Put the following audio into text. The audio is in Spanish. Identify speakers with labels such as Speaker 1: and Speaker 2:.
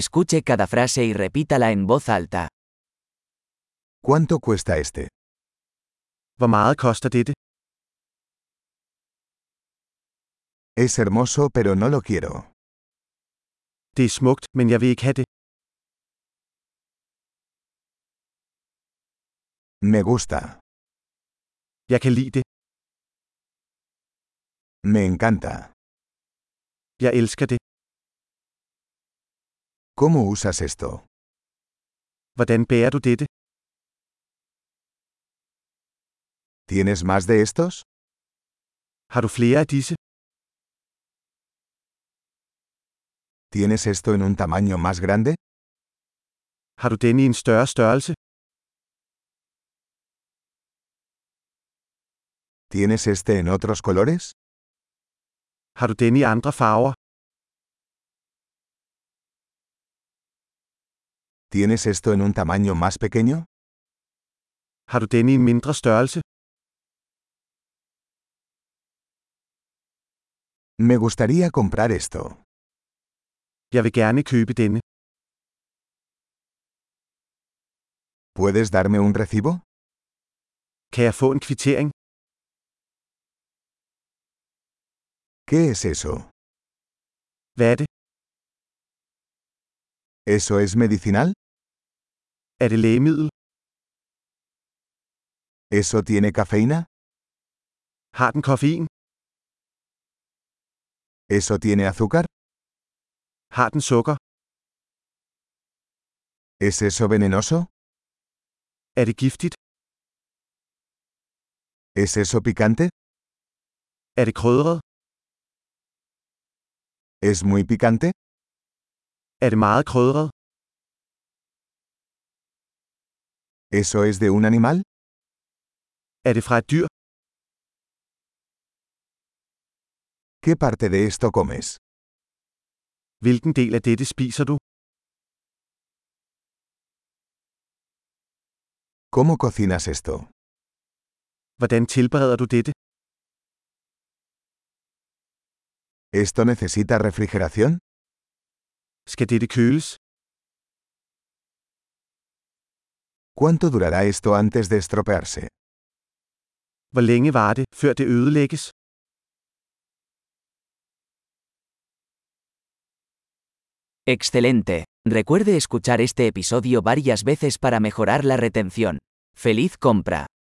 Speaker 1: Escuche cada frase y repítala en voz alta.
Speaker 2: ¿Cuánto cuesta este?
Speaker 3: Hvor meget koster dette?
Speaker 2: Es hermoso pero no lo quiero.
Speaker 3: Det er smukt, men jeg vil ikke have det.
Speaker 2: Me gusta.
Speaker 3: Jeg kan lide det.
Speaker 2: Me encanta.
Speaker 3: Jeg elsker det.
Speaker 2: ¿Cómo usas esto?
Speaker 3: Hvordan bærer du dette?
Speaker 2: ¿Tienes más de estos?
Speaker 3: Har du flere af disse?
Speaker 2: ¿Tienes esto en un tamaño más grande?
Speaker 3: Har du denne i en større størrelse?
Speaker 2: ¿Tienes este en otros colores?
Speaker 3: Har du denne i andre farver?
Speaker 2: ¿Tienes esto en un tamaño más pequeño?
Speaker 3: Har du denne i en mindre størrelse?
Speaker 2: Me gustaría comprar esto.
Speaker 3: Jeg vil gerne købe denne.
Speaker 2: ¿Puedes darme un recibo?
Speaker 3: Kan jeg få en kvittering?
Speaker 2: ¿Qué es eso?
Speaker 3: Hvad er det?
Speaker 2: ¿Eso es medicinal?
Speaker 3: Er det lægemiddel?
Speaker 2: ¿Eso tiene cafeína?
Speaker 3: Har den koffein?
Speaker 2: ¿Eso tiene azúcar?
Speaker 3: Har den sukker?
Speaker 2: ¿Es eso venenoso?
Speaker 3: Er det giftigt?
Speaker 2: ¿Es eso picante?
Speaker 3: Er det krydret?
Speaker 2: ¿Es muy picante?
Speaker 3: Er det meget krydret?
Speaker 2: ¿Eso es de un animal?
Speaker 3: Er det fra et dyr?
Speaker 2: ¿Qué parte de esto comes?
Speaker 3: Hvilken del af dette spiser du?
Speaker 2: ¿Cómo cocinas esto?
Speaker 3: Hvordan tilbereder du dette?
Speaker 2: ¿Esto necesita refrigeración?
Speaker 3: Skal dette køles?
Speaker 2: ¿Cuánto durará esto antes de estropearse?
Speaker 3: Hvor længe var det, før det ødelægges?
Speaker 1: Excelente. Recuerde escuchar este episodio varias veces para mejorar la retención. ¡Feliz compra!